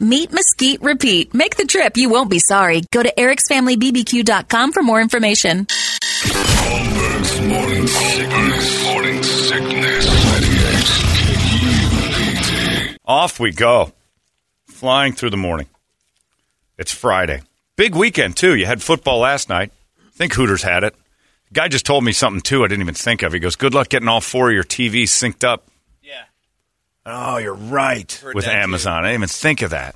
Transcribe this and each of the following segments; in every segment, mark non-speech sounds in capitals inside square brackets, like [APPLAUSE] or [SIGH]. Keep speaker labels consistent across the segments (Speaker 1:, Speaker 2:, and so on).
Speaker 1: Meet, mesquite, repeat. Make the trip, you won't be sorry. Go to ericsfamilybbq.com for more information.
Speaker 2: Holmberg's morning sickness. Morning sickness. 98 KUPD.
Speaker 3: Off we go. Flying through the morning. It's Friday. Big weekend, too. You had football last night. I think Hooters had it. Guy just told me something, too, I didn't even think of. He goes, Good luck getting all four of your TVs synced up.
Speaker 4: Yeah.
Speaker 3: Oh, you're right. with
Speaker 4: that, too.
Speaker 3: Amazon. I didn't even think of that.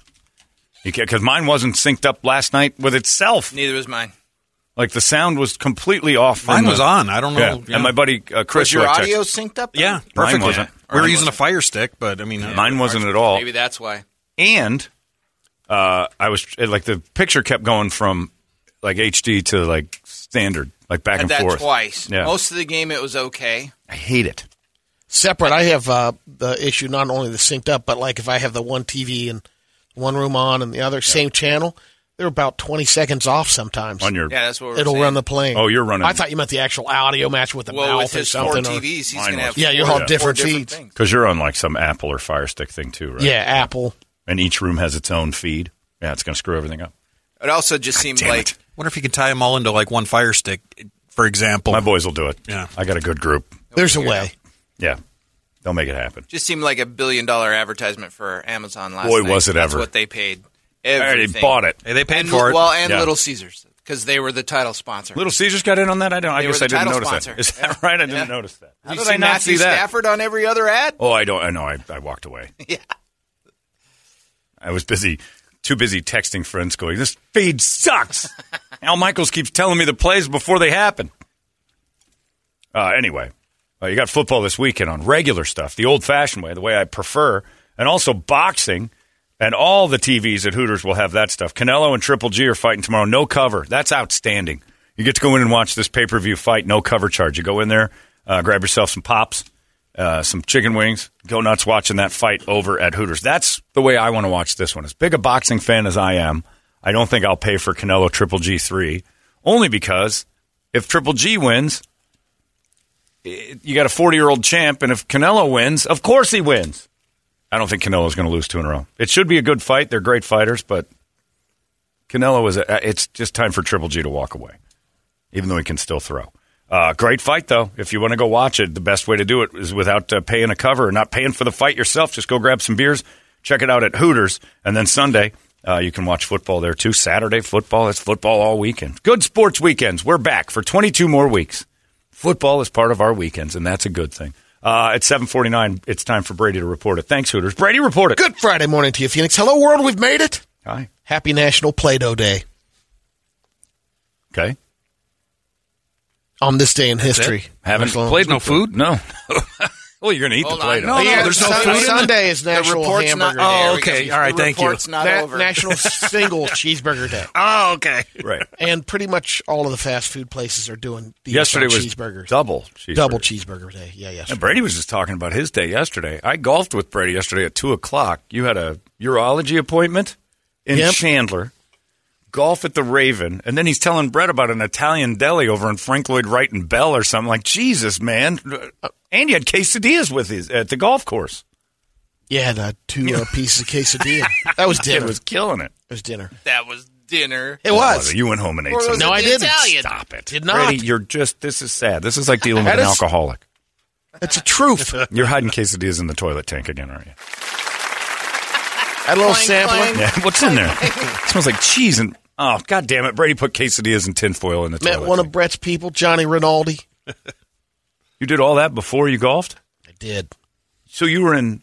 Speaker 3: Because mine wasn't synced up last night with itself.
Speaker 4: Neither was mine.
Speaker 3: Like the sound was completely off. from
Speaker 5: Mine
Speaker 3: the-
Speaker 5: was on. I don't know.
Speaker 3: uh, Yeah. And my buddy uh, Chris
Speaker 6: Was your
Speaker 3: who I text-
Speaker 6: audio synced up?
Speaker 5: Yeah,
Speaker 3: Mine
Speaker 5: perfectly.
Speaker 3: wasn't.
Speaker 5: We were
Speaker 4: Mine
Speaker 5: using a
Speaker 4: wasn't.
Speaker 5: fire stick, but I mean, uh,
Speaker 3: Mine wasn't at all.
Speaker 4: Maybe that's why.
Speaker 3: and uh, I was it, like the picture kept going from like HD to like standard, like back
Speaker 4: Had
Speaker 3: and
Speaker 4: that
Speaker 3: forth.
Speaker 4: twice.
Speaker 3: Yeah,
Speaker 4: Most of the game it was okay.
Speaker 3: I hate it.
Speaker 6: Separate. I have uh, the issue not only the synced up, but like if I have the one TV in one room on and the other same channel, they're about twenty seconds off sometimes.
Speaker 3: On your
Speaker 4: Yeah, that's what we we're
Speaker 6: It'll
Speaker 4: saying.
Speaker 6: run the plane.
Speaker 3: Oh, you're running-
Speaker 6: I thought you meant the actual audio match with the
Speaker 4: well, with
Speaker 6: mouth or
Speaker 4: his four
Speaker 6: something. or-
Speaker 4: TVs, he's
Speaker 3: Mine
Speaker 4: gonna have
Speaker 3: was-
Speaker 6: yeah, you're
Speaker 4: four
Speaker 6: all
Speaker 3: Yeah.
Speaker 6: different
Speaker 4: different
Speaker 6: feeds.
Speaker 4: things.
Speaker 3: because you're on like some Apple or Fire Stick thing too, right?
Speaker 6: Yeah, Apple.
Speaker 3: and each room has its own feed. Yeah, it's going to screw everything up.
Speaker 4: It also just seemed
Speaker 3: damn
Speaker 4: like
Speaker 3: it.
Speaker 5: wonder if you could tie them all into like one fire stick, for example.
Speaker 3: My boys will do it.
Speaker 5: Oh. Yeah.
Speaker 3: I got a good group.
Speaker 6: There's a way.
Speaker 3: Yeah, they'll make it happen.
Speaker 4: just seemed like a billion dollar advertisement for Amazon last
Speaker 3: Boy,
Speaker 4: night.
Speaker 3: was it
Speaker 4: That's
Speaker 3: ever.
Speaker 4: what they paid.
Speaker 3: I already
Speaker 4: Everything.
Speaker 3: bought it.
Speaker 5: Hey, they paid
Speaker 4: And,
Speaker 5: for it.
Speaker 4: Well, and
Speaker 3: Yeah.
Speaker 4: Little Caesars because they were the title sponsor.
Speaker 3: Little Caesars got in on that. I don't. I
Speaker 4: They
Speaker 3: guess
Speaker 4: were the
Speaker 3: I didn't
Speaker 4: title
Speaker 3: notice
Speaker 4: sponsor.
Speaker 3: that. Is that [LAUGHS]
Speaker 4: Yeah.
Speaker 3: right? I didn't
Speaker 4: Yeah.
Speaker 3: notice that. How
Speaker 4: Did you
Speaker 3: did
Speaker 4: see
Speaker 3: I not
Speaker 4: Matthew
Speaker 3: see that?
Speaker 4: Stafford on every other ad?
Speaker 3: Oh, I don't. I know. I, I walked away.
Speaker 4: Yeah.
Speaker 3: I was busy, too busy texting friends, going, "This feed sucks." Al Michaels keeps telling me the plays before they happen. Uh, anyway, uh, you got football this weekend on regular stuff, the old-fashioned way, the way I prefer, and also boxing. And all the TVs at Hooters will have that stuff. Canelo and Triple G are fighting tomorrow. No cover. That's outstanding. You get to go in and watch this pay-per-view fight. No cover charge. You go in there, uh, grab yourself some pops, uh, some chicken wings. Go nuts watching that fight over at Hooters. That's the way I want to watch this one. As big a boxing fan as I am, I don't think I'll pay for Canelo Triple G three, only because if Triple G wins, it- you got a forty-year-old champ, and if Canelo wins, of course he wins. I don't think Canelo's going to lose two in a row. It should be a good fight. They're great fighters, but Canelo is. A, uh, it's just time for Triple G to walk away, even though he can still throw. Uh, great fight though. If you want to go watch it, the best way to do it is without uh, paying a cover or not paying for the fight yourself. Just go grab some beers, check it out at Hooters, and then Sunday uh, you can watch football there too. Saturday football. It's football all weekend. Good sports weekends. We're back for 22 more weeks. Football is part of our weekends, and that's a good thing. Uh, at 7:49, it's time for Brady to report it. Thanks, Hooters. Brady, report it.
Speaker 6: Good Friday morning to you, Phoenix. Hello, world. We've made it.
Speaker 3: Hi.
Speaker 6: Happy National Play-Doh Day
Speaker 3: Okay.
Speaker 6: on this day in history.
Speaker 3: Haven't
Speaker 6: National-
Speaker 3: played no food. No. [LAUGHS] Well, you're going to eat
Speaker 4: Hold
Speaker 3: the
Speaker 4: on.
Speaker 3: Play-Doh.
Speaker 4: No,
Speaker 6: Yeah,
Speaker 4: no,
Speaker 5: there's no
Speaker 6: Sun-
Speaker 5: food in it?
Speaker 6: Sunday is National
Speaker 4: report's not-
Speaker 6: Hamburger Day.
Speaker 4: There
Speaker 5: Oh,
Speaker 4: we go.
Speaker 5: okay. All right.
Speaker 4: The
Speaker 5: Thank you.
Speaker 4: report's not
Speaker 6: Na-
Speaker 4: over. [LAUGHS]
Speaker 6: National Single Cheeseburger Day.
Speaker 5: Oh, okay.
Speaker 3: Right.
Speaker 6: And pretty much all of the fast food places are doing these
Speaker 3: Yesterday was
Speaker 6: cheeseburgers.
Speaker 3: double cheeseburger.
Speaker 6: Double cheeseburger day. Yeah, yes.
Speaker 3: And Brady was just talking about his day yesterday. I golfed with Brady yesterday at two o'clock. You had a urology appointment in
Speaker 6: Yep.
Speaker 3: Chandler. Golf at the Raven, and then he's telling Brett about an Italian deli over in Frank Lloyd Wright and Bell or something. Like Jesus, man! And you had quesadillas with his at the golf course.
Speaker 6: Yeah, the two uh, pieces of quesadilla. That was
Speaker 3: [LAUGHS] It
Speaker 6: dinner. It
Speaker 3: was
Speaker 6: was,
Speaker 3: killing it.
Speaker 6: dinner.
Speaker 4: That was dinner.
Speaker 6: It was.
Speaker 3: You went home and ate.
Speaker 4: Or was
Speaker 3: some-
Speaker 4: it
Speaker 6: No, I
Speaker 4: the
Speaker 6: didn't.
Speaker 4: Italian?
Speaker 3: Stop it.
Speaker 6: Did not.
Speaker 3: Brady, you're just, this is sad. This is like dealing with
Speaker 6: That
Speaker 3: an
Speaker 6: is-
Speaker 3: alcoholic.
Speaker 6: That's a truth.
Speaker 3: [LAUGHS]
Speaker 6: that
Speaker 3: You're hiding quesadillas in the toilet tank again, aren't you?
Speaker 6: little
Speaker 4: Clang,
Speaker 6: sampling.
Speaker 4: clang. [LAUGHS]
Speaker 3: Yeah. What's in there? it smells like cheese and, oh, God damn it. Brady put quesadillas and tinfoil in the
Speaker 6: Met
Speaker 3: toilet
Speaker 6: one
Speaker 3: tank.
Speaker 6: of Brett's people, Johnny Rinaldi.
Speaker 3: you did all that before you golfed?
Speaker 6: I did.
Speaker 3: So you were in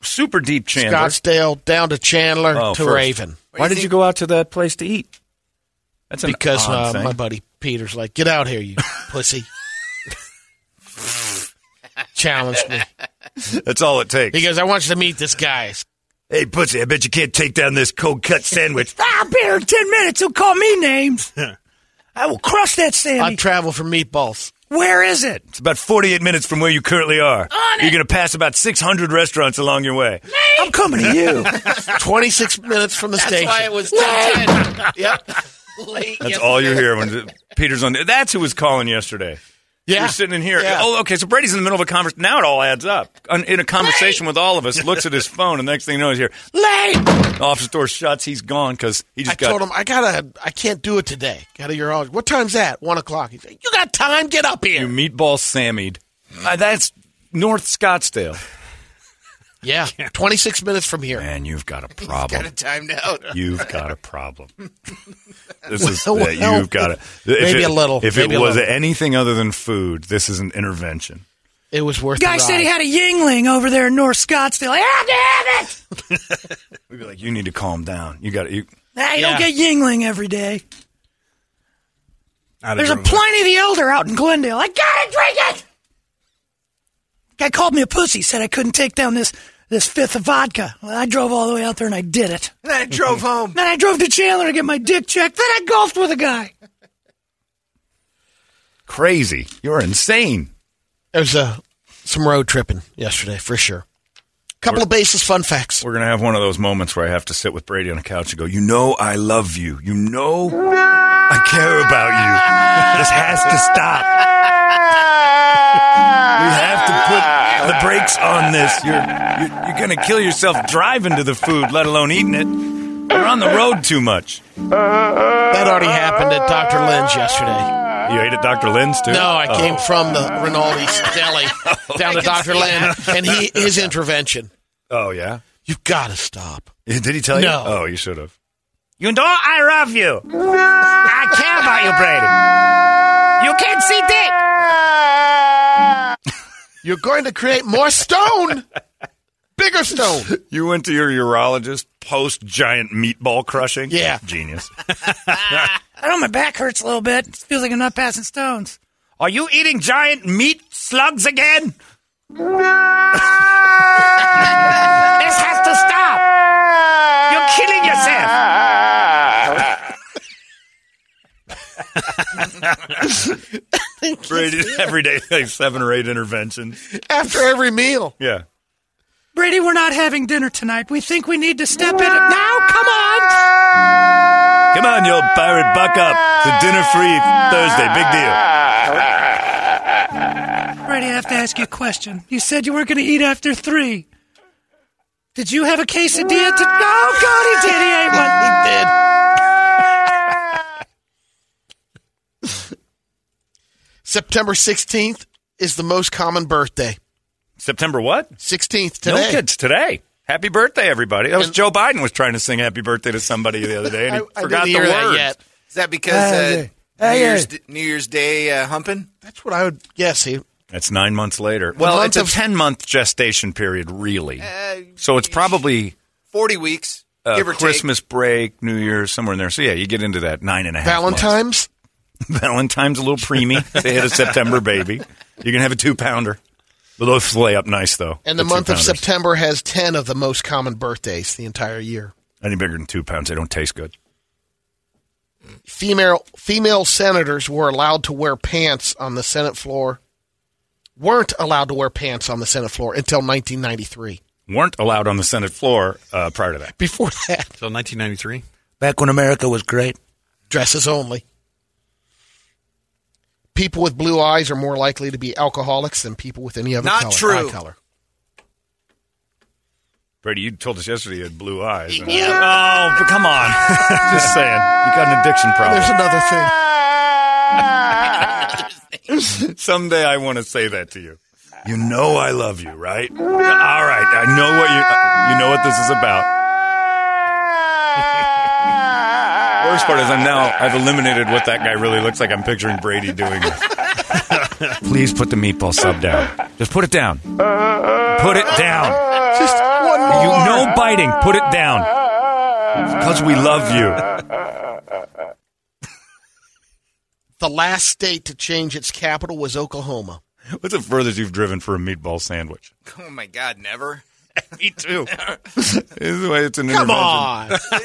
Speaker 3: super deep Chandler.
Speaker 6: Scottsdale down to Chandler
Speaker 3: Oh,
Speaker 6: to
Speaker 3: first.
Speaker 6: Raven
Speaker 3: Why did you go out to that place to eat? That's an
Speaker 6: because
Speaker 3: odd
Speaker 6: uh,
Speaker 3: thing.
Speaker 6: my buddy Peter's like, "Get out
Speaker 3: [LAUGHS]
Speaker 6: here, you pussy." Challenged me.
Speaker 3: That's all it takes.
Speaker 6: He goes, "I want you to meet this guy."
Speaker 3: Hey, pussy, I bet you can't take down this cold cut sandwich. [LAUGHS] I'll be here in 10 minutes. He'll call me [LAUGHS] names. I will crush that
Speaker 6: I
Speaker 3: sandwich.
Speaker 6: travel
Speaker 3: [LAUGHS]
Speaker 6: for meatballs.
Speaker 3: Where is it? It's about 48 minutes from where you currently are. You're going to pass about 600 restaurants along your way. I'm coming to you.
Speaker 6: Twenty six minutes from the
Speaker 4: That's
Speaker 6: station.
Speaker 4: why it was 10. Late
Speaker 6: Yep.
Speaker 3: That's
Speaker 4: yesterday.
Speaker 3: all you hear when Peter's on. That's who was calling yesterday.
Speaker 6: Yeah.
Speaker 3: You're sitting in here.
Speaker 6: Yeah.
Speaker 3: Oh, okay. So Brady's in the middle of a conversation. Now it all adds up. Un- In a conversation with all of us, looks at his phone, and next thing you know, he's here. Late. Office door shuts. He's gone because he just
Speaker 6: I
Speaker 3: got.
Speaker 6: told him I gotta, I can't do it today. Gotta urology. What time's that? One o'clock. He's like, you got time? Get up
Speaker 3: You
Speaker 6: here.
Speaker 3: meatball Sammied. Uh, that's North Scottsdale. [LAUGHS]
Speaker 6: yeah, twenty six minutes from here.
Speaker 3: Man, you've got a
Speaker 4: Got
Speaker 3: problem.
Speaker 4: it timed out.
Speaker 3: You've got a [LAUGHS] problem. This is
Speaker 6: Well,
Speaker 3: that you've got a
Speaker 6: maybe
Speaker 3: it,
Speaker 6: a little,
Speaker 3: If
Speaker 6: maybe
Speaker 3: it
Speaker 6: a
Speaker 3: was
Speaker 6: little.
Speaker 3: anything other than food, this is an intervention.
Speaker 6: [LAUGHS] It was worth. the ride.
Speaker 3: a Yingling over there in North Scottsdale. Ah, damn it! [LAUGHS] We'd be like, you need to calm down. You got you. Hey,
Speaker 6: don't Yeah.
Speaker 3: Yingling every day.
Speaker 5: I'd have driven-
Speaker 3: Pliny the Elder out in Glendale. I gotta drink it. Guy called me a pussy. Said I couldn't take down this this fifth of vodka. Well, I drove all the way out there and I did it.
Speaker 4: Then I drove home.
Speaker 3: Then I drove to Chandler to get my dick checked. Then I golfed with a guy. Crazy! You're insane.
Speaker 6: There was uh, some road tripping yesterday for sure. Couple of basis fun facts.
Speaker 3: We're going to have one of those moments where I have to sit with Brady on a couch and go, You know, I love you. You know, I care about you. This has to stop. we have to put the brakes on this. You're, you're, you're going to kill yourself driving to the food, let alone eating it. You're on the road too much.
Speaker 6: That already happened at Dr. Lynn's yesterday.
Speaker 3: You ate at Dr. Lynn's too?
Speaker 6: No, I
Speaker 3: Oh.
Speaker 6: came from the Rinaldi's
Speaker 3: [LAUGHS]
Speaker 6: deli down to Dr. Lynn, and he his intervention.
Speaker 3: Oh, yeah?
Speaker 6: You've got to stop.
Speaker 3: Did he tell you?
Speaker 6: No.
Speaker 3: Oh, you should have. You know, I love you. I care about you, Brady. You can't see dick.
Speaker 6: You're going to create more stone, bigger stone.
Speaker 3: You went to your urologist post giant meatball crushing?
Speaker 6: Yeah.
Speaker 3: Genius. [LAUGHS] I know my back hurts a little bit. It feels like I'm not passing stones. Are you eating giant meat slugs again? this has to stop. You're killing yourself. Brady, every day, like seven or eight interventions.
Speaker 6: after every meal.
Speaker 3: Yeah.
Speaker 7: Brady, we're not having dinner tonight. We think we need to step it up. Now, come on!
Speaker 3: Come on, you old pirate, buck up. It's a dinner free Thursday. Big deal.
Speaker 7: Brady, I have to ask you a question. You said you weren't going to eat after three. Did you have a quesadilla to. Oh, God, he did. He ate one.
Speaker 6: He did. [LAUGHS] September 16th is the most common birthday.
Speaker 3: September what?
Speaker 6: 16th
Speaker 3: No
Speaker 6: today.
Speaker 3: kids today. Happy birthday, everybody. That was
Speaker 6: And-
Speaker 3: Joe Biden was trying to sing happy birthday to somebody the other day, and he
Speaker 6: I, I
Speaker 3: forgot
Speaker 6: didn't
Speaker 3: the
Speaker 6: hear that
Speaker 3: words.
Speaker 6: yet.
Speaker 4: Is that because uh, New, Year's, New Year's Day uh, humping?
Speaker 6: That's what I would guess. He,
Speaker 3: That's nine months later. Well, it's
Speaker 6: month
Speaker 3: a
Speaker 6: of- Uh,
Speaker 3: 10 month gestation period, really. so it's probably
Speaker 4: 40 weeks,
Speaker 3: uh,
Speaker 4: give or
Speaker 3: Christmas break, New Year's, somewhere in there. So, yeah, you get into that nine and a half. [LAUGHS] months.
Speaker 6: Valentine's?
Speaker 3: Valentine's a little preemie. they had a September baby. You're going to have a two pounder. But those fillet up nice though.
Speaker 6: And the,
Speaker 3: two
Speaker 6: month of
Speaker 3: pounders.
Speaker 6: September has 10 of the most common birthdays the entire year.
Speaker 3: Any bigger than two pounds, they don't taste good.
Speaker 6: Female female senators were allowed to wear pants on the Senate floor. Weren't allowed to wear pants on the Senate floor until 1993.
Speaker 3: Weren't allowed on the Senate floor uh, prior to that.
Speaker 6: Before [LAUGHS] that,
Speaker 5: So 1993.
Speaker 8: Back when America was great.
Speaker 6: dresses only. People with blue eyes are more likely to be alcoholics than people with any other
Speaker 4: Not
Speaker 6: color,
Speaker 4: true.
Speaker 6: eye color.
Speaker 3: Brady, you told us yesterday you had blue eyes. and-
Speaker 4: Yeah.
Speaker 3: Oh, but come on. [LAUGHS] Just saying. You got an addiction problem.
Speaker 6: There's another thing.
Speaker 3: Someday I want to say that to you. You know I love you, right? All right, I know what you you know what this is
Speaker 6: [LAUGHS]
Speaker 3: about. Worst part is I'm now I've eliminated what that guy really looks like. I'm picturing Brady doing this. [LAUGHS] Please put the meatball sub down. Just put it down. Put it down.
Speaker 6: Just one more.
Speaker 3: You no biting. Put it down. Because we love you.
Speaker 6: The last state to change its capital was Oklahoma.
Speaker 3: What's the furthest you've driven for a meatball sandwich?
Speaker 4: Oh my God, never.
Speaker 3: Me too. This way it's an
Speaker 6: Come
Speaker 3: intervention.
Speaker 6: on. [LAUGHS]
Speaker 4: No, come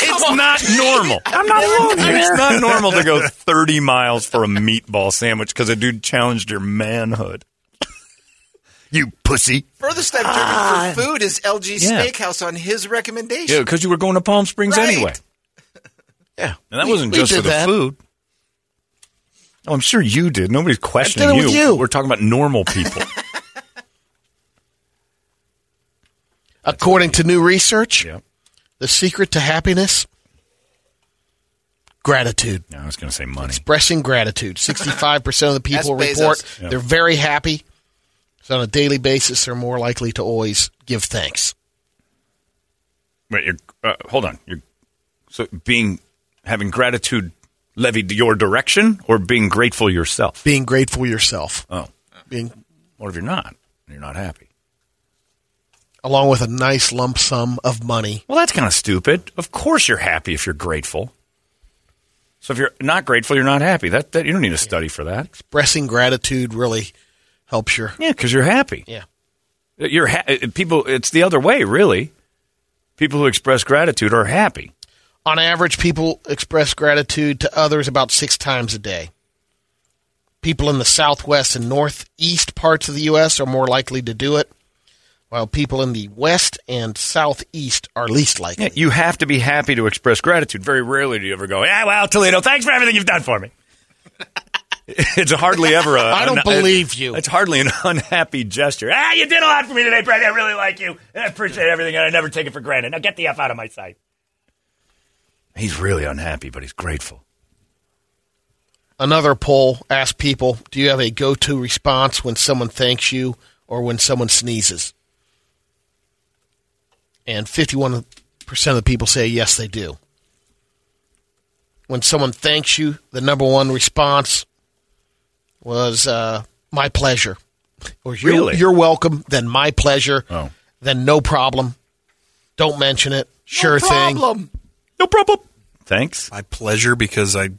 Speaker 3: It's [LAUGHS]
Speaker 4: on.
Speaker 3: not normal. I'm not alone It's not normal to go 30 miles for a meatball sandwich because a dude challenged your manhood. You pussy.
Speaker 4: Furthest I've driven for food is LG
Speaker 3: Ah. Yeah.
Speaker 4: Steakhouse on his recommendation.
Speaker 3: Yeah, because you were going to Palm Springs
Speaker 4: Right.
Speaker 3: anyway.
Speaker 6: yeah.
Speaker 3: And that
Speaker 6: We-
Speaker 3: wasn't
Speaker 6: we
Speaker 3: just
Speaker 6: did
Speaker 3: for the
Speaker 6: that.
Speaker 3: food. Oh, I'm sure you did. Nobody's questioning
Speaker 6: I did it with you.
Speaker 3: We're talking about normal people.
Speaker 6: According to new
Speaker 3: [LAUGHS]
Speaker 6: research,
Speaker 3: yeah.
Speaker 6: the secret to happiness gratitude.
Speaker 3: No, I was going to say money.
Speaker 4: [LAUGHS]
Speaker 6: Expressing gratitude. 65% of the people
Speaker 4: That's Bezos.
Speaker 6: report
Speaker 3: Yeah.
Speaker 6: they're very happy. So on a daily basis, they're more likely to always give thanks.
Speaker 3: Wait, you're, uh, hold on. You're so being having gratitude levied your direction or being grateful yourself.
Speaker 6: Being grateful yourself.
Speaker 3: Oh,
Speaker 6: Being
Speaker 3: what if you're not? You're not happy.
Speaker 6: along with a nice lump sum of money.
Speaker 3: Well, that's kind of stupid. Of course, you're happy if you're grateful. So if you're not grateful, you're not happy. That, that you don't need to study for that.
Speaker 6: Expressing gratitude really helps your
Speaker 3: Yeah, because you're happy.
Speaker 6: yeah.
Speaker 3: You're ha- uh, people. It's the other way, really. People who express gratitude are happy.
Speaker 6: On average, people express gratitude to others about six times a day. People in the southwest and northeast parts of the U.S. are more likely to do it, while people in the west and southeast are least likely.
Speaker 3: Yeah, you have to be happy to express gratitude. Very rarely do you ever go, "Yeah, well, Toledo, thanks for everything you've done for me." [LAUGHS] it's hardly ever. I
Speaker 6: I don't believe you.
Speaker 3: It's hardly an [LAUGHS] unhappy gesture. Ah, you did a lot for me today, Brady. I really like you, and I appreciate everything, and I never take it for granted. Now get the f out of my sight. He's really unhappy, but he's grateful.
Speaker 6: Another poll asked people, "Do you have a go-to response when someone thanks you or when someone sneezes?" And fifty-one percent of the people say yes, they do. When someone thanks you, the number one response was uh, "my pleasure," or "You're,
Speaker 3: Really?
Speaker 6: you're welcome." Then "my pleasure,"
Speaker 3: Oh.
Speaker 6: then "no problem." Don't mention it. Sure thing.
Speaker 4: Problem.
Speaker 3: No problem. Thanks.
Speaker 5: My pleasure because I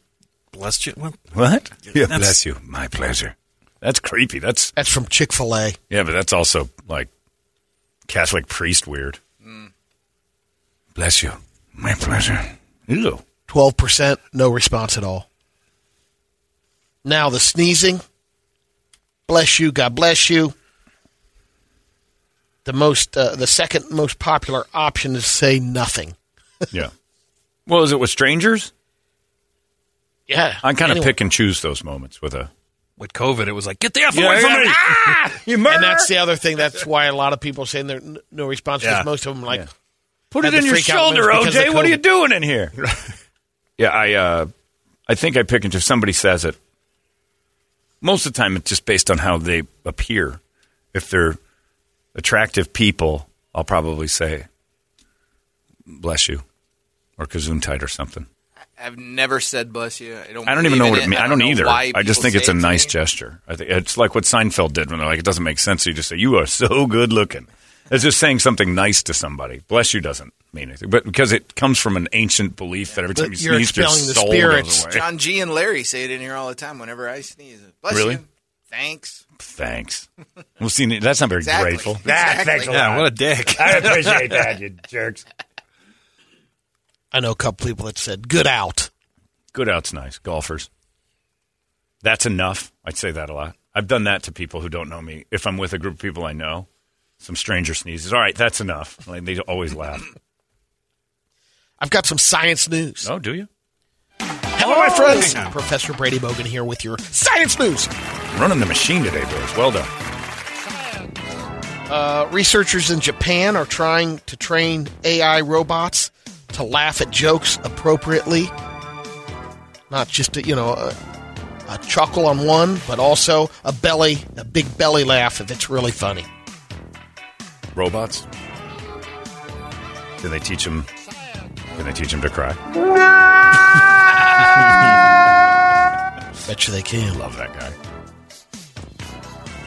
Speaker 5: blessed you. Well,
Speaker 3: What? Yeah,
Speaker 5: That's-
Speaker 3: bless you. My pleasure. That's creepy. That's
Speaker 6: That's from Chick Fil A.
Speaker 3: yeah, but that's also like Catholic priest weird. Bless you. My pleasure. Ew.
Speaker 6: Twelve percent, no response at all. Now the sneezing. Bless you, God bless you. The most, uh, the second most popular option is say nothing.
Speaker 3: Yeah. Well, is it with strangers?
Speaker 6: Yeah,
Speaker 3: I kind of
Speaker 6: Anyway,
Speaker 3: pick and choose those moments with a.
Speaker 5: with COVID, it was like get the f away from me.
Speaker 3: [LAUGHS] you
Speaker 6: And that's the other thing. That's why a lot of people are saying there n- no response because
Speaker 5: Yeah.
Speaker 6: most of them like
Speaker 3: Put
Speaker 6: had
Speaker 3: it
Speaker 6: the
Speaker 3: in your
Speaker 6: freak out
Speaker 3: shoulder,
Speaker 6: moments because
Speaker 3: OJ.
Speaker 6: of
Speaker 3: What are
Speaker 6: COVID.
Speaker 3: you doing in here? [LAUGHS] yeah, I. Uh, I think I pick and choose. Somebody says it. Most of the time, it's just based on how they appear. If they're attractive people, I'll probably say, "Bless you," or "Gesundheit" or something.
Speaker 4: I've never said bless you. I don't,
Speaker 3: I don't
Speaker 4: believe
Speaker 3: even know
Speaker 4: in
Speaker 3: what it means. I don't,
Speaker 4: know
Speaker 3: either.
Speaker 4: why
Speaker 3: I just
Speaker 4: people
Speaker 3: think it's
Speaker 4: say
Speaker 3: a
Speaker 4: it to
Speaker 3: nice
Speaker 4: me.
Speaker 3: gesture. I think it's like what Seinfeld did when they're like, it doesn't make sense. So you just say, "You are so [LAUGHS] good looking." It's just saying something nice to somebody. Bless you doesn't mean anything, but because it comes from an ancient belief that every time you
Speaker 6: But you're
Speaker 3: sneeze, your
Speaker 6: expelling the
Speaker 3: soul
Speaker 6: spirits.
Speaker 3: goes away.
Speaker 4: John G and Larry say it in here all the time whenever I sneeze. Bless
Speaker 3: Really?
Speaker 4: you. Thanks.
Speaker 3: Thanks. Well, see, that's not very
Speaker 4: Exactly.
Speaker 3: grateful.
Speaker 4: Exactly.
Speaker 5: Yeah, what a [LAUGHS] dick.
Speaker 3: I appreciate that, you jerks.
Speaker 6: I know a couple people that said good out.
Speaker 3: Good out's nice. Golfers. That's enough. I'd say that a lot. I've done that to people who don't know me. If I'm with a group of people I know, some stranger sneezes. All right, that's enough. Like, they always
Speaker 4: [LAUGHS]
Speaker 3: laugh.
Speaker 6: I've got some science news.
Speaker 3: Oh, do you?
Speaker 6: Hello, my friends. Professor Brady Bogan here with your science news.
Speaker 3: Running the machine today, boys. Well done.
Speaker 6: Uh, researchers in Japan are trying to train AI robots to laugh at jokes appropriately. Not just a, you know a, a chuckle on one, but also a belly, a big belly laugh if it's really funny.
Speaker 3: Robots. Do they teach them? Can they teach them to cry?
Speaker 6: Bet you they can.
Speaker 3: Love that guy.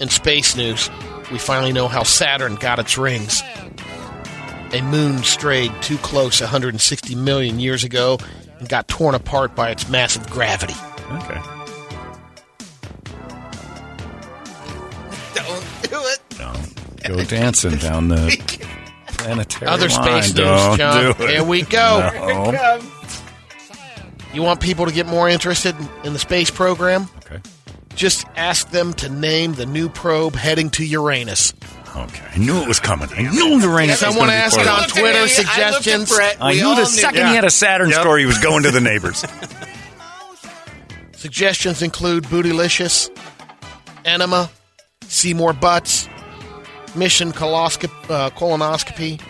Speaker 6: In space news, we finally know how Saturn got its rings. A moon strayed too close 160 million years ago and got torn apart by its massive gravity.
Speaker 3: Okay.
Speaker 4: Don't do it.
Speaker 3: Go dancing down [LAUGHS] the planetary
Speaker 6: Other
Speaker 3: line.
Speaker 6: space
Speaker 3: Don't
Speaker 6: news, John.
Speaker 3: do it.
Speaker 6: Here we go.
Speaker 3: No.
Speaker 6: You want people to get more interested in the space program?
Speaker 3: Okay.
Speaker 6: Just ask them to name the new probe heading to Uranus.
Speaker 3: Okay. I knew it was coming. I knew the rain.
Speaker 6: Someone asked it on
Speaker 4: I
Speaker 6: Twitter
Speaker 4: looked at
Speaker 6: suggestions.
Speaker 4: Brett.
Speaker 3: I
Speaker 4: We
Speaker 3: knew
Speaker 4: all
Speaker 3: the second
Speaker 4: Yeah.
Speaker 3: he had a Saturn story, he was going to the [LAUGHS] neighbors.
Speaker 6: Suggestions include Bootylicious, Enema, Seymour Butts, Mission coloscop-
Speaker 5: [LAUGHS]
Speaker 6: uh, Colonoscopy,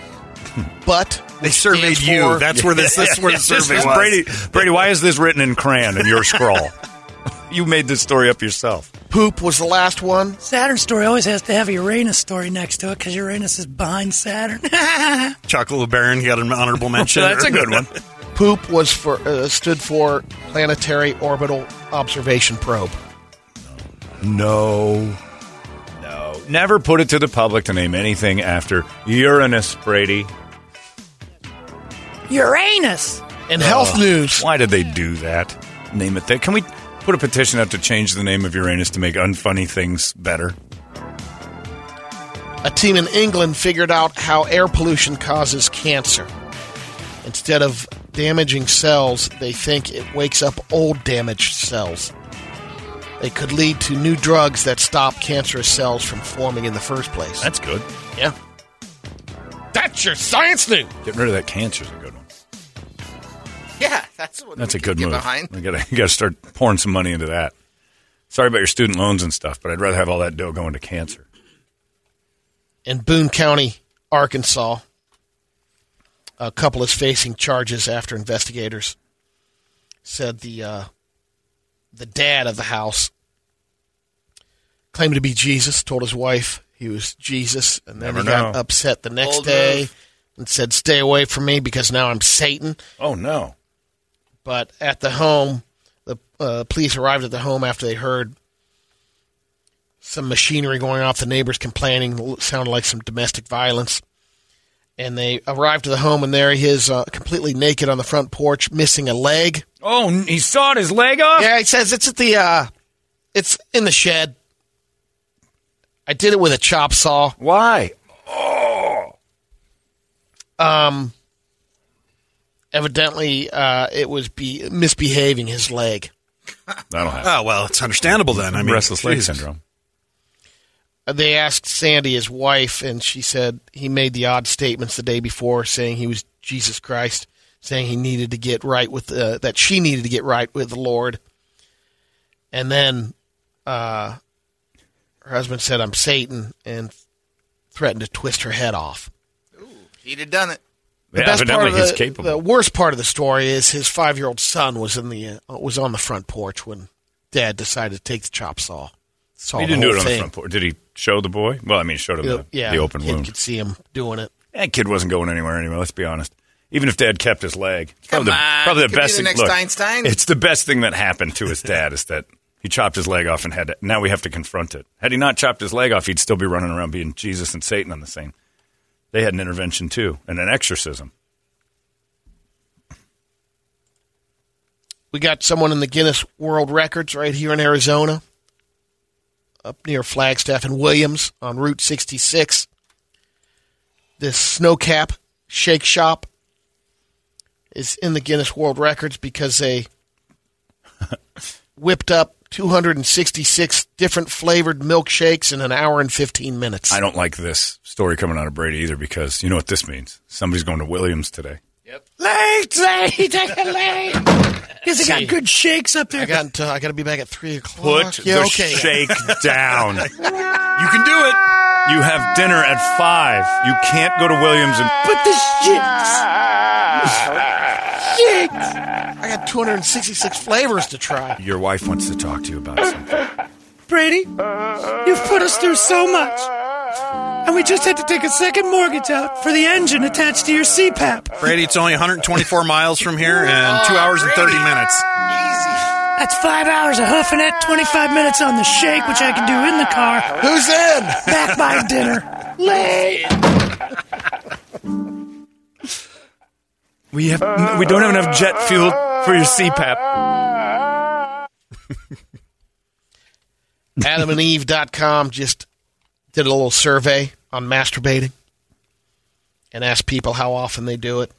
Speaker 6: Butt.
Speaker 5: They
Speaker 6: which
Speaker 5: surveyed
Speaker 6: stands
Speaker 5: you.
Speaker 6: for-
Speaker 5: That's where this. That's [LAUGHS] where
Speaker 3: [LAUGHS]
Speaker 5: the
Speaker 3: Yes, this
Speaker 5: survey
Speaker 3: is
Speaker 5: was.
Speaker 3: Brady, Brady, why is this written in crayon in your scrawl? [LAUGHS] you made this story up yourself.
Speaker 6: [LAUGHS] Poop was the last one.
Speaker 7: Saturn story always has to have a Uranus story next to it because Uranus is behind Saturn.
Speaker 5: Chocolate LeBaron got an [LAUGHS] honorable mention.
Speaker 3: That's a good one.
Speaker 6: Poop was for uh, stood for Planetary Orbital Observation Probe.
Speaker 3: No. No. Never put it to the public to name anything after Uranus, Brady.
Speaker 7: Uranus.
Speaker 6: In health news,
Speaker 3: Why did they do that? Name it that. Can we put a petition out to change the name of Uranus to make unfunny things better?
Speaker 6: a team in England figured out how air pollution causes cancer. Instead of damaging cells, they think it wakes up old damaged cells. They could lead to new drugs that stop cancerous cells from forming in the first place.
Speaker 3: That's good.
Speaker 6: yeah. That's your science news.
Speaker 3: Getting rid of that cancer's a good one.
Speaker 4: Yeah, that's what
Speaker 3: That's
Speaker 4: we
Speaker 3: a
Speaker 4: can
Speaker 3: good
Speaker 4: get
Speaker 3: move.
Speaker 4: Behind.
Speaker 3: We gotta, [LAUGHS] you got to start pouring some money into that. Sorry about your student loans and stuff, but I'd rather have all that dough going to cancer.
Speaker 6: in Boone County, Arkansas. A couple is facing charges after investigators said the uh, the dad of the house claimed to be Jesus. Told his wife he was Jesus, and then
Speaker 3: Never
Speaker 6: he got
Speaker 3: know.
Speaker 6: upset the next
Speaker 4: Old
Speaker 6: day
Speaker 4: move.
Speaker 6: and said, "Stay away from me because now I'm Satan."
Speaker 3: Oh, no.
Speaker 6: But at the home, the uh, police arrived at the home after they heard some machinery going off, the neighbors complaining, l- sounded like some domestic violence. And they arrived to the home, and there he is, uh, completely naked on the front porch, missing a leg.
Speaker 3: Oh, n- he sawed his leg off?
Speaker 6: Yeah, he says it's at the, uh, it's in the shed. I did it with a chop saw. Oh.
Speaker 3: Why?
Speaker 6: Um, evidently, uh, it was be- misbehaving his leg.
Speaker 3: That'll happen.
Speaker 5: Oh well, it's understandable then. I mean,
Speaker 3: Uh, Restless leg
Speaker 5: Jesus.
Speaker 3: syndrome.
Speaker 6: they asked Sandy, his wife, and she said he made the odd statements the day before, saying he was Jesus Christ, saying he needed to get right with uh, that she needed to get right with the Lord, and then uh, her husband said, "I'm Satan," and threatened to twist her head off.
Speaker 4: He'd have done it.
Speaker 6: The
Speaker 3: Yeah,
Speaker 6: best
Speaker 3: evidently
Speaker 6: part of the,
Speaker 3: he's capable.
Speaker 6: The worst part of the story is his five-year-old son was in the uh, was on the front porch when Dad decided to take the chop saw. saw
Speaker 3: he
Speaker 6: the
Speaker 3: didn't do it
Speaker 6: whole
Speaker 3: on the
Speaker 6: thing.
Speaker 3: front porch. Did he show the boy? Well, I mean, he showed him
Speaker 6: Yeah,
Speaker 3: the,
Speaker 6: yeah,
Speaker 3: the open
Speaker 6: kid
Speaker 3: wound.
Speaker 6: could see him doing it.
Speaker 3: That kid wasn't going anywhere anyway. Let's be honest. Even if Dad kept his leg, it's probably
Speaker 4: Come
Speaker 3: the,
Speaker 4: on,
Speaker 3: probably the
Speaker 4: could be
Speaker 3: best
Speaker 4: the
Speaker 3: thing.
Speaker 4: next
Speaker 3: look,
Speaker 4: Einstein.
Speaker 3: It's the best thing that happened to his dad is that he chopped his leg off and had. To, now we have to confront it. Had he not chopped his leg off, he'd still be running around being Jesus and Satan on the same. They had an intervention too and an exorcism.
Speaker 6: We got someone in the Guinness World Records right here in Arizona, up near Flagstaff and Williams on Route 66. This snowcap shake shop is in the Guinness World Records because they [LAUGHS] whipped up 266 different flavored milkshakes in an hour and 15 minutes.
Speaker 3: I don't like this story coming out of Brady either because you know what this means. Somebody's going to Williams today.
Speaker 7: Late, late, take a late. Because they
Speaker 6: See.
Speaker 7: got good shakes up there.
Speaker 6: I got, to, I got to be back at 3 o'clock.
Speaker 3: Put
Speaker 6: Yeah,
Speaker 3: the
Speaker 6: okay.
Speaker 3: shake down. [LAUGHS] you can do it. You have dinner at five. You can't go to Williams and
Speaker 7: Put the shakes. shakes.
Speaker 6: I got 266 flavors to try.
Speaker 3: Your wife wants to talk to you about something.
Speaker 7: Brady, you've put us through so much. And we just had to take a second mortgage out for the engine attached to your CPAP.
Speaker 5: Brady, it's only 124 miles from here and
Speaker 3: Oh,
Speaker 5: two hours and 30 minutes.
Speaker 4: [LAUGHS]
Speaker 7: That's five hours of hoofing it, 25 minutes on the shake, which I can do in the car.
Speaker 6: Who's in?
Speaker 7: Back by dinner. Late.
Speaker 3: We have n- we don't have enough jet fuel for your CPAP.
Speaker 6: adamandeve.com just did a little survey on masturbating and asked people how often they do it.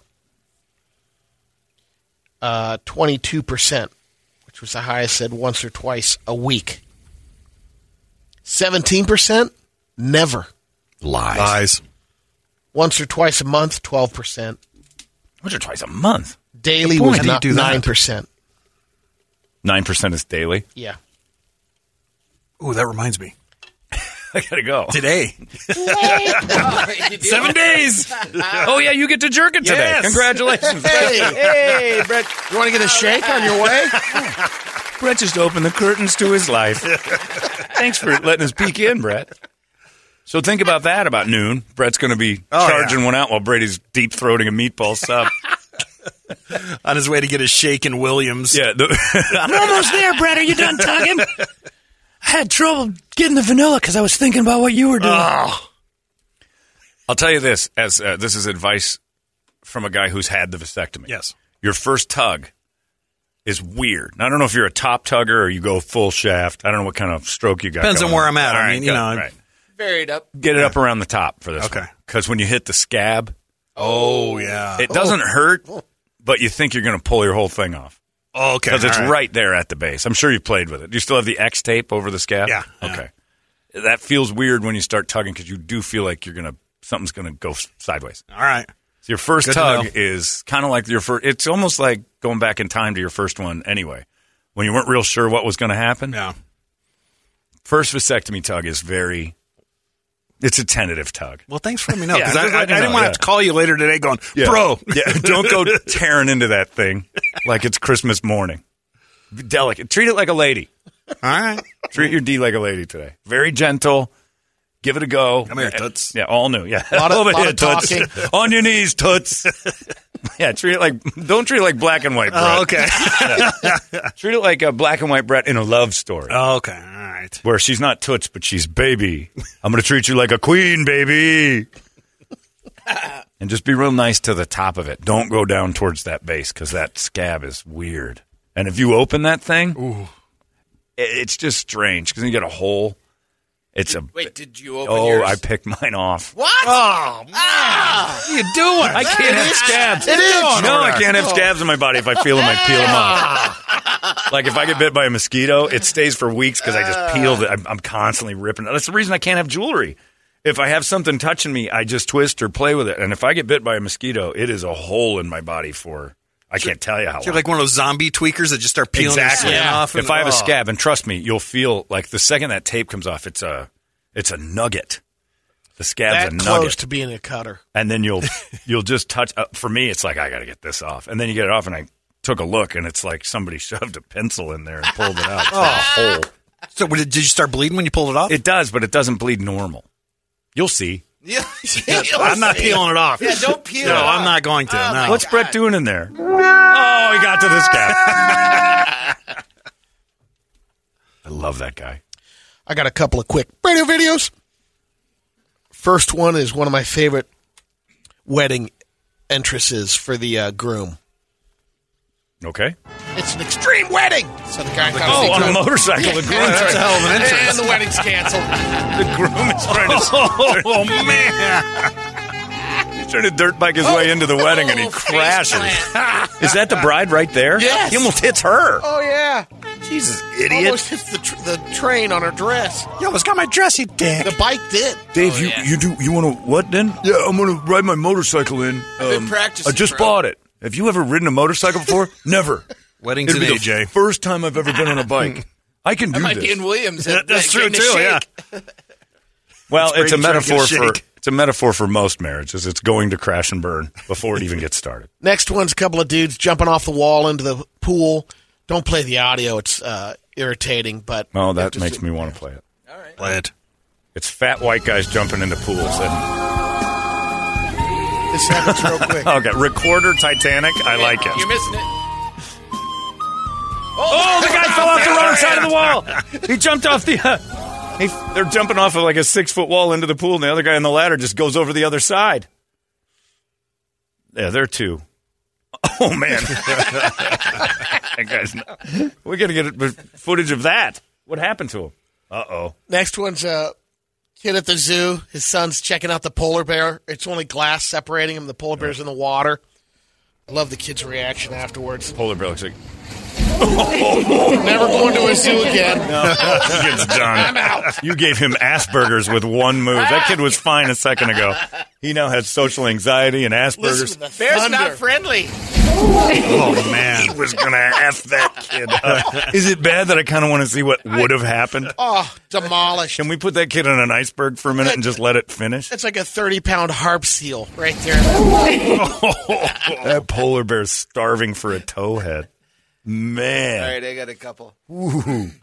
Speaker 6: Uh, 22%, which was the highest, said once or twice a week. 17% never.
Speaker 3: Lies.
Speaker 5: Lies.
Speaker 6: Once or twice a month, 12%.
Speaker 3: Once or twice a month.
Speaker 6: Daily
Speaker 5: Good point.
Speaker 6: was
Speaker 5: How do you
Speaker 6: not
Speaker 5: do that?
Speaker 6: 9%.
Speaker 3: Nine percent is daily. [LAUGHS]
Speaker 6: Yeah.
Speaker 5: Ooh, that reminds me.
Speaker 3: I gotta go.
Speaker 5: Today.
Speaker 3: Seven [LAUGHS] days. oh yeah, you get to jerk it today.
Speaker 5: Yes.
Speaker 3: Congratulations.
Speaker 6: Hey, hey, Brett, you want to get a shake on your
Speaker 4: [LAUGHS]
Speaker 6: way?
Speaker 3: [LAUGHS] Brett just opened the curtains to his life. Thanks for letting us peek in, Brett. So think about that about noon. Brett's going to be
Speaker 5: Oh,
Speaker 3: charging
Speaker 5: yeah.
Speaker 3: one out while Brady's deep throating a meatball
Speaker 7: [LAUGHS]
Speaker 3: sub.
Speaker 5: [LAUGHS] On his way to get a shake in Williams.
Speaker 3: yeah, the-
Speaker 7: We're almost there, Brad. Are you done
Speaker 3: [LAUGHS]
Speaker 7: talking? I had trouble getting the vanilla because I was thinking about what you were doing.
Speaker 5: Ah.
Speaker 3: I'll tell you this: as uh, this is advice from a guy who's had the vasectomy.
Speaker 5: Yes.
Speaker 3: your first tug is weird. Now, I don't know if you're a top tugger or you go full shaft. I don't know what kind of stroke you got.
Speaker 5: Depends on
Speaker 3: going
Speaker 5: where I'm at. I
Speaker 3: All
Speaker 5: mean, you
Speaker 3: good,
Speaker 5: know,
Speaker 3: right.
Speaker 4: Buried up.
Speaker 3: get it up around the top for this.
Speaker 5: Okay.
Speaker 3: because when you hit the scab,
Speaker 5: Oh, yeah.
Speaker 3: it doesn't hurt, but you think you're going to pull your whole thing off.
Speaker 5: oh, okay.
Speaker 3: Because it's
Speaker 5: all
Speaker 3: right. there at the base. I'm sure you played with it. Do you still have the X tape over the scab?
Speaker 5: Yeah.
Speaker 3: Okay. That feels weird when you start tugging because you do feel like you're gonna something's gonna go s- sideways.
Speaker 5: All right.
Speaker 3: So your first
Speaker 5: Good to
Speaker 3: tug
Speaker 5: know.
Speaker 3: is kind of like your first. It's almost like going back in time to your first one anyway, when you weren't real sure what was going to happen.
Speaker 5: Yeah.
Speaker 3: First vasectomy tug is very. It's a tentative tug.
Speaker 5: Well, thanks for letting me
Speaker 3: [LAUGHS]
Speaker 5: know.
Speaker 3: Yeah,
Speaker 5: Because
Speaker 3: I'm
Speaker 5: I,
Speaker 3: just
Speaker 5: I, I
Speaker 3: letting you
Speaker 5: didn't
Speaker 3: know,
Speaker 5: want to
Speaker 3: yeah.
Speaker 5: have to call you later today going,
Speaker 3: Yeah.
Speaker 5: [LAUGHS] bro.
Speaker 3: Yeah, [LAUGHS] don't go tearing into that thing like it's Christmas morning. Be delicate. Treat it like a lady.
Speaker 5: All right.
Speaker 3: Treat your D like a lady today. Very gentle. Give it a go.
Speaker 5: Come here, toots.
Speaker 3: Yeah, all new. Yeah,
Speaker 6: Lot
Speaker 3: [LAUGHS]
Speaker 6: of-
Speaker 3: Over
Speaker 6: lot
Speaker 3: here,
Speaker 6: of
Speaker 3: toots. [LAUGHS]
Speaker 6: talking.
Speaker 3: On your knees,
Speaker 5: [LAUGHS]
Speaker 3: toots. yeah, treat it like don't treat it like black and white. Brett.
Speaker 5: Oh, [LAUGHS] okay.
Speaker 3: Treat it like a black and white Brett in a love story
Speaker 5: oh, okay. All right.
Speaker 3: where she's not toots but she's baby. I'm gonna treat you like a queen, baby. and just be real nice to the top of it. Don't go down towards that base because that scab is weird. And if you open that thing, i- it's just strange because you get a hole. It's a
Speaker 4: Wait, did you open
Speaker 3: oh,
Speaker 4: yours? [LAUGHS]
Speaker 3: I picked mine off.
Speaker 4: what?
Speaker 5: Oh, What are you doing?
Speaker 3: Ah! I can't have scabs.
Speaker 6: It is.
Speaker 3: No, I can't have scabs in my body. If I feel them, I peel them off. Like if I get bit by a mosquito, it stays for weeks because I just peel it. I'm, I'm constantly ripping. it. That's the reason I can't have jewelry. If I have something touching me, I just twist or play with it. And if I get bit by a mosquito, it is a hole in my body for I can't tell you how
Speaker 5: You're
Speaker 3: long.
Speaker 5: like one of those zombie tweakers that just start peeling
Speaker 3: exactly.
Speaker 5: their skin off. and-
Speaker 3: If I have
Speaker 5: oh.
Speaker 3: a scab, and trust me, you'll feel like the second that tape comes off, it's a it's a nugget. The scab's
Speaker 6: that
Speaker 3: a nugget.
Speaker 6: close to being a cutter.
Speaker 3: and then you'll you'll just touch. Uh, for me, it's like I got to get this off, and then you get it off, and I took a look, and it's like somebody [LAUGHS] shoved a pencil in there and pulled it out. It's like a hole. So did you start bleeding when you pulled it off? It does, but it doesn't bleed normal. You'll see.
Speaker 4: Yeah,
Speaker 5: I'm not peeling it off.
Speaker 4: Yeah, don't peel
Speaker 5: No,
Speaker 4: it off.
Speaker 5: I'm not going to. no.
Speaker 3: Oh, What's Brett doing in there? Oh, he got to this guy. I love that guy.
Speaker 6: I got a couple of quick radio videos. First one is one of my favorite wedding entrances for the uh, groom.
Speaker 3: Okay.
Speaker 6: It's an extreme wedding. So the guy
Speaker 3: Oh, on a motorcycle. The groom.
Speaker 6: That's a hell of an entrance.
Speaker 3: And the
Speaker 6: wedding's canceled.
Speaker 3: the groom is trying to.
Speaker 6: Oh,
Speaker 3: [LAUGHS] man. He's trying to dirt bike his way into the wedding, and he crashes. is that the bride right there?
Speaker 6: Yes.
Speaker 3: He almost hits her.
Speaker 6: [LAUGHS] Oh yeah.
Speaker 3: Jesus, idiot.
Speaker 6: Almost hits the, tr- the train on her dress.
Speaker 5: Yo, it's got my dress, you dick.
Speaker 6: The bike did.
Speaker 3: Dave,
Speaker 4: Oh,
Speaker 3: you, you do you want to what then? Yeah, I'm gonna ride my motorcycle in. um,
Speaker 4: I've been practicing,
Speaker 3: I just
Speaker 4: bro.
Speaker 3: bought it. Have you ever ridden a motorcycle [LAUGHS] before? Never.
Speaker 5: Weddings
Speaker 3: It'd
Speaker 5: in
Speaker 3: be the
Speaker 5: AJ.
Speaker 3: first time I've ever been on a [LAUGHS] bike. I can do
Speaker 4: That might
Speaker 3: this.
Speaker 4: be in Williams.
Speaker 5: That- that's true,
Speaker 4: Getting a
Speaker 5: too, yeah.
Speaker 4: shake.
Speaker 3: [LAUGHS] Well, it's
Speaker 5: It's
Speaker 3: a
Speaker 5: Brady trying to
Speaker 3: metaphor
Speaker 5: get a
Speaker 3: for
Speaker 5: shake.
Speaker 3: it's a metaphor for most marriages. It's going to crash and burn before it even gets
Speaker 5: [LAUGHS]
Speaker 3: started.
Speaker 6: Next one's a couple of dudes jumping off the wall into the pool. Don't play the audio; it's uh, irritating. But
Speaker 3: Oh, that makes me want to play it. All right. Play it. It's fat white guys jumping into pools and
Speaker 6: this
Speaker 3: [LAUGHS]
Speaker 6: happens real quick.
Speaker 3: okay, recorder Titanic. I like it.
Speaker 4: You're missing it.
Speaker 3: Oh, the guy fell off the wrong side of the wall. He jumped off the. Uh, he, they're jumping off of like a six foot wall into the pool, and the other guy on the ladder just goes over the other side. Yeah, they're two. Oh man, [LAUGHS] that guy's. Not, we gotta get a- footage of that. What happened to him? Uh oh.
Speaker 6: Next one's a kid at the zoo. His son's checking out the polar bear. It's only glass separating him. The polar bear's in the water. I love the kid's reaction afterwards.
Speaker 3: Polar bear looks like
Speaker 6: Never going to a zoo again.
Speaker 3: [LAUGHS] gets done. You gave him Asperger's with one move. That kid was fine a second ago. He now has social anxiety and
Speaker 6: Listen to
Speaker 3: Asperger's.
Speaker 6: the
Speaker 4: Bear's
Speaker 6: thunder.
Speaker 4: not friendly.
Speaker 5: Oh, man.
Speaker 3: He was gonna f that kid. up. [LAUGHS] Is it bad that I kind of want to see what would have happened?
Speaker 6: oh, demolished.
Speaker 3: Can we put that kid on an iceberg for a minute and just let it finish?
Speaker 6: That's like a 30 pound harp seal right there.
Speaker 3: That polar bear's starving for a towhead. Man,
Speaker 4: All right, I got a couple. Uh,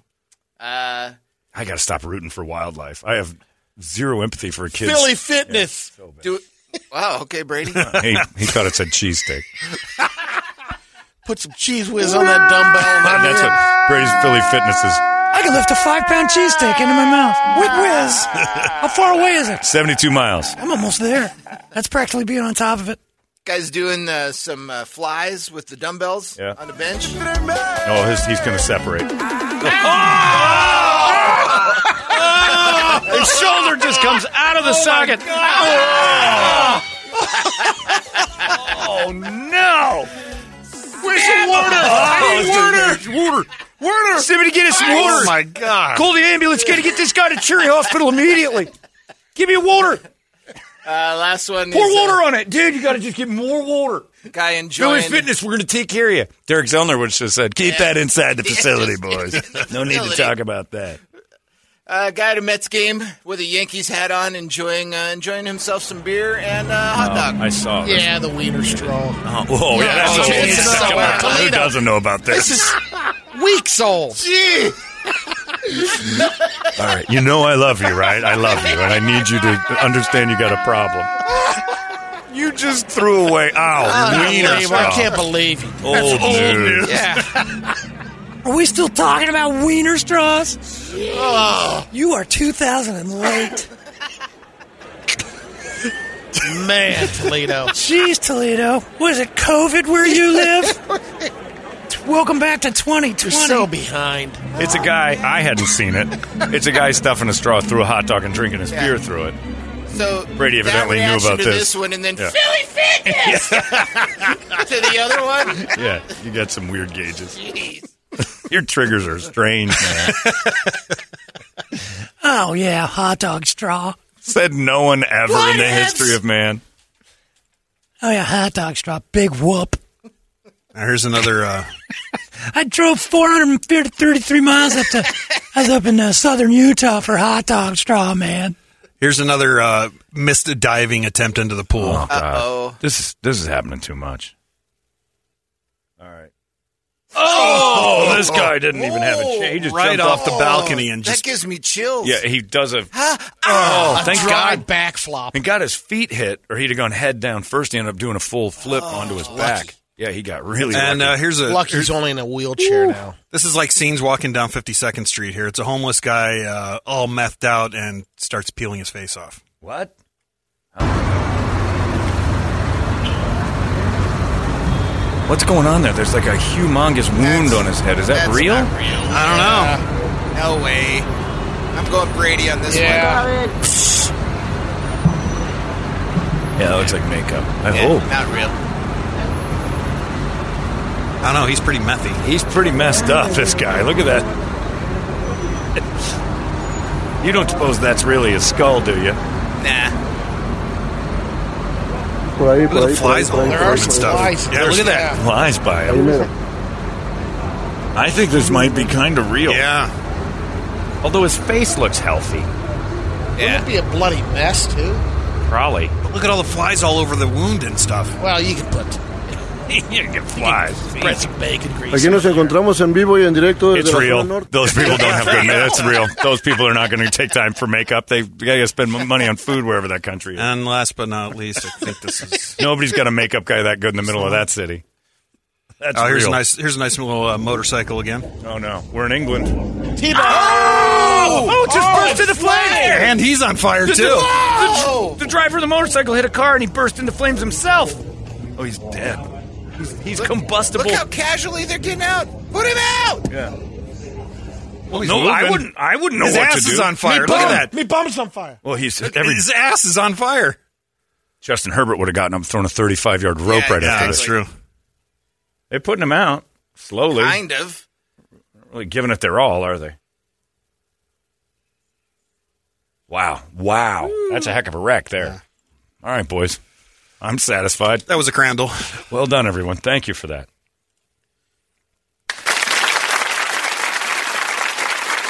Speaker 3: I gotta stop rooting for wildlife. I have zero empathy for kids.
Speaker 6: Philly Fitness.
Speaker 4: Do it. Wow. Okay, Brady.
Speaker 3: [LAUGHS] he, he thought it said cheesesteak.
Speaker 6: Put some cheese whiz on that dumbbell.
Speaker 3: That's [LAUGHS] what Brady's Philly Fitness is.
Speaker 7: I can lift a five pound cheesesteak into my mouth with whiz. How far away is it?
Speaker 3: Seventy-two miles.
Speaker 7: I'm almost there. That's practically being on top of it.
Speaker 4: Guys doing uh, some uh, flies with the dumbbells
Speaker 3: Yeah.
Speaker 4: on the bench.
Speaker 3: Oh, his, he's gonna separate. His shoulder just comes out of the socket. Oh no! Where's the water? I need water! Water! Water! Somebody get us water!
Speaker 5: Oh, my God.
Speaker 3: Call the ambulance. Gotta get this guy to Cherry Hospital immediately. Give me water.
Speaker 4: Uh, last one.
Speaker 3: Pour
Speaker 4: is,
Speaker 3: water on it, dude. You gotta just give him more water.
Speaker 4: Uh, guy enjoying.
Speaker 3: Philly Fitness, we're gonna take care of you. Derek Zellner would just said, "Keep that inside
Speaker 6: [LAUGHS]
Speaker 3: the facility, boys. No need to
Speaker 4: facility.
Speaker 3: talk about that."
Speaker 4: Uh, guy at a Mets game with a Yankees hat on, enjoying uh, enjoying himself some beer and uh, hot dog.
Speaker 3: Oh, I saw. this.
Speaker 6: Yeah, the wiener straw.
Speaker 3: Oh, whoa, yeah, that's
Speaker 6: Oh,
Speaker 3: a
Speaker 6: it's
Speaker 3: Jesus.
Speaker 6: so
Speaker 3: Come on, Who
Speaker 6: Toledo.
Speaker 3: doesn't know about this?
Speaker 6: This is weeks old.
Speaker 3: [LAUGHS] All right, you know I love you, right? I love you, and I need you to understand you got a
Speaker 6: [LAUGHS]
Speaker 3: problem. You just threw away. Ow, wiener
Speaker 6: Ah, I
Speaker 3: straw.
Speaker 6: can't believe you.
Speaker 3: Old news.
Speaker 7: Are we still talking about wiener straws?
Speaker 6: Oh.
Speaker 7: You are 2000 and late.
Speaker 6: Man, Toledo.
Speaker 7: Jeez, Toledo. Was it COVID where you live? Welcome back to 2020.
Speaker 6: You're so behind.
Speaker 3: [LAUGHS] It's a guy. I hadn't seen it. It's a guy stuffing a straw through a hot dog and drinking his beer through it.
Speaker 4: So
Speaker 3: Brady
Speaker 4: that
Speaker 3: evidently knew
Speaker 4: reaction
Speaker 3: about
Speaker 4: to
Speaker 3: this.
Speaker 4: this. one, and then
Speaker 3: Yeah.
Speaker 4: Philly Fitness to the other
Speaker 6: [LAUGHS]
Speaker 4: one.
Speaker 3: Yeah, you got some weird gauges.
Speaker 4: Jeez.
Speaker 3: [LAUGHS] Your triggers are strange, man.
Speaker 7: oh, yeah, hot dog straw.
Speaker 3: Said no one ever in the
Speaker 4: What ifs?
Speaker 3: history of man.
Speaker 7: Oh, yeah, hot dog straw. Big whoop.
Speaker 5: Now, here's another. Uh,
Speaker 7: I drove 433 miles up to, I was up in uh, southern Utah for hot dog straw, man.
Speaker 5: Here's another uh, missed diving attempt into the pool.
Speaker 3: Oh, God. This is this is happening too much. All right. Oh, this guy didn't even have a chance. He just
Speaker 5: Right
Speaker 3: jumped
Speaker 5: off the balcony and
Speaker 4: that gives me chills.
Speaker 3: Yeah, he does a.
Speaker 4: Ah,
Speaker 3: oh, thank
Speaker 6: dry
Speaker 3: God.
Speaker 6: backflop.
Speaker 3: And got his feet hit, or he'd have gone head down first. He ended up doing a full flip onto his back. Yeah, he got really.
Speaker 5: And
Speaker 3: lucky.
Speaker 5: uh, here's a
Speaker 6: Lucky's
Speaker 5: here's-
Speaker 6: only in a wheelchair now.
Speaker 5: This is like scenes walking down 52nd Street here. It's a homeless guy uh, all methed out and starts peeling his face off.
Speaker 3: what? What's going on there? There's like a humongous wound on his head. Is that
Speaker 4: That's
Speaker 3: real?
Speaker 4: not real.
Speaker 5: I don't know.
Speaker 4: No way. I'm going Brady on this one.
Speaker 3: Yeah, that looks like makeup. I
Speaker 4: Yeah,
Speaker 3: hope.
Speaker 4: Not real.
Speaker 5: I don't know. He's pretty methy.
Speaker 3: He's pretty messed up, this guy. Look at that. You don't suppose that's really his skull, do you?
Speaker 4: Nah.
Speaker 5: Look at the flies all over
Speaker 6: There are
Speaker 5: him and
Speaker 6: some
Speaker 5: stuff.
Speaker 6: flies.
Speaker 5: Yeah, look at that.
Speaker 3: Flies by him. I think this might be kind of real.
Speaker 5: Yeah.
Speaker 3: Although his face looks healthy.
Speaker 6: It'd be a bloody mess too.
Speaker 5: [LAUGHS]
Speaker 3: Probably.
Speaker 5: But look at all the flies all over the wound and stuff.
Speaker 6: Well, you can put
Speaker 3: you get [LAUGHS] flies.
Speaker 6: bread some bacon grease.
Speaker 9: Aquí nos encontramos en vivo y en directo desde
Speaker 3: It's
Speaker 9: la
Speaker 3: real.
Speaker 9: zona norte.
Speaker 3: Those people don't
Speaker 5: [LAUGHS]
Speaker 3: have good makeup. That's real. Those people are not going to take time for makeup. They, they got to spend money on food wherever that country is.
Speaker 5: And last but not least, I think this is.
Speaker 3: Nobody's got a makeup guy that good in the middle of that city. That's
Speaker 5: Oh, here's
Speaker 3: real.
Speaker 5: a nice. Here's a nice little uh, motorcycle again.
Speaker 3: Oh no, we're in England.
Speaker 6: T-bone.
Speaker 3: Oh, just burst into flames!
Speaker 5: And he's on fire too.
Speaker 4: Oh,
Speaker 3: The, the driver of the motorcycle hit a car and he burst into flames himself. Oh, he's dead. He's, he's combustible.
Speaker 4: Look how casually they're getting out. Put him out.
Speaker 5: Well, Oh, he's
Speaker 3: no, I
Speaker 5: moving.
Speaker 3: wouldn't. I wouldn't know
Speaker 5: His
Speaker 3: what
Speaker 5: ass
Speaker 3: to do.
Speaker 5: is on fire. Look at that.
Speaker 9: Mi bum's on fire.
Speaker 3: Well, he's every.
Speaker 5: His ass is on fire.
Speaker 3: Justin Herbert would have gotten up, thrown a thirty-five yard rope
Speaker 4: Yeah,
Speaker 3: right
Speaker 4: yeah,
Speaker 3: after
Speaker 4: that's
Speaker 3: this.
Speaker 4: true.
Speaker 3: They're putting him out slowly.
Speaker 4: Kind of.
Speaker 3: really giving it their all, are they? Wow. Wow. That's a heck of a wreck there. All right, boys. I'm satisfied.
Speaker 5: That was a crandall.
Speaker 3: Well done, everyone. Thank you for that.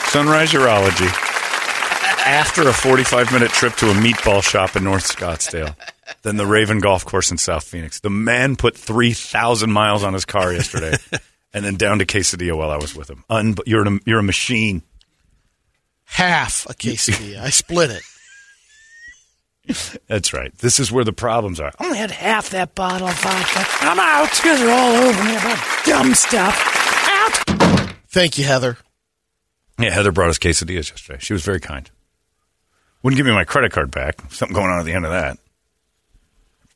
Speaker 3: Sunrise Urology. After a 45 minute trip to a meatball shop in North Scottsdale, then the Raven Golf Course in South Phoenix, the man put 3,000 miles on his car yesterday and then down to Quesadilla while I was with him. Un- you're, a, you're a machine.
Speaker 6: Half a quesadilla. I split it.
Speaker 3: That's right. This is where the problems are.
Speaker 7: I only had half that bottle of vodka. I'm out. You guys are all over me about dumb stuff. Out.
Speaker 6: Thank you, Heather.
Speaker 3: Yeah, Heather brought us quesadillas yesterday. She was very kind. Wouldn't give me my credit card back. Something going on at the end of that.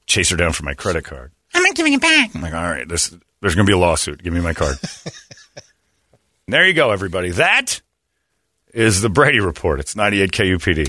Speaker 3: Chase her down for my credit card.
Speaker 7: I'm not giving it back.
Speaker 3: I'm like, all right, this there's going to be a lawsuit. Give me
Speaker 7: [LAUGHS]
Speaker 3: my card. there you go, everybody. That is the Brady Report. It's 98 KUPD.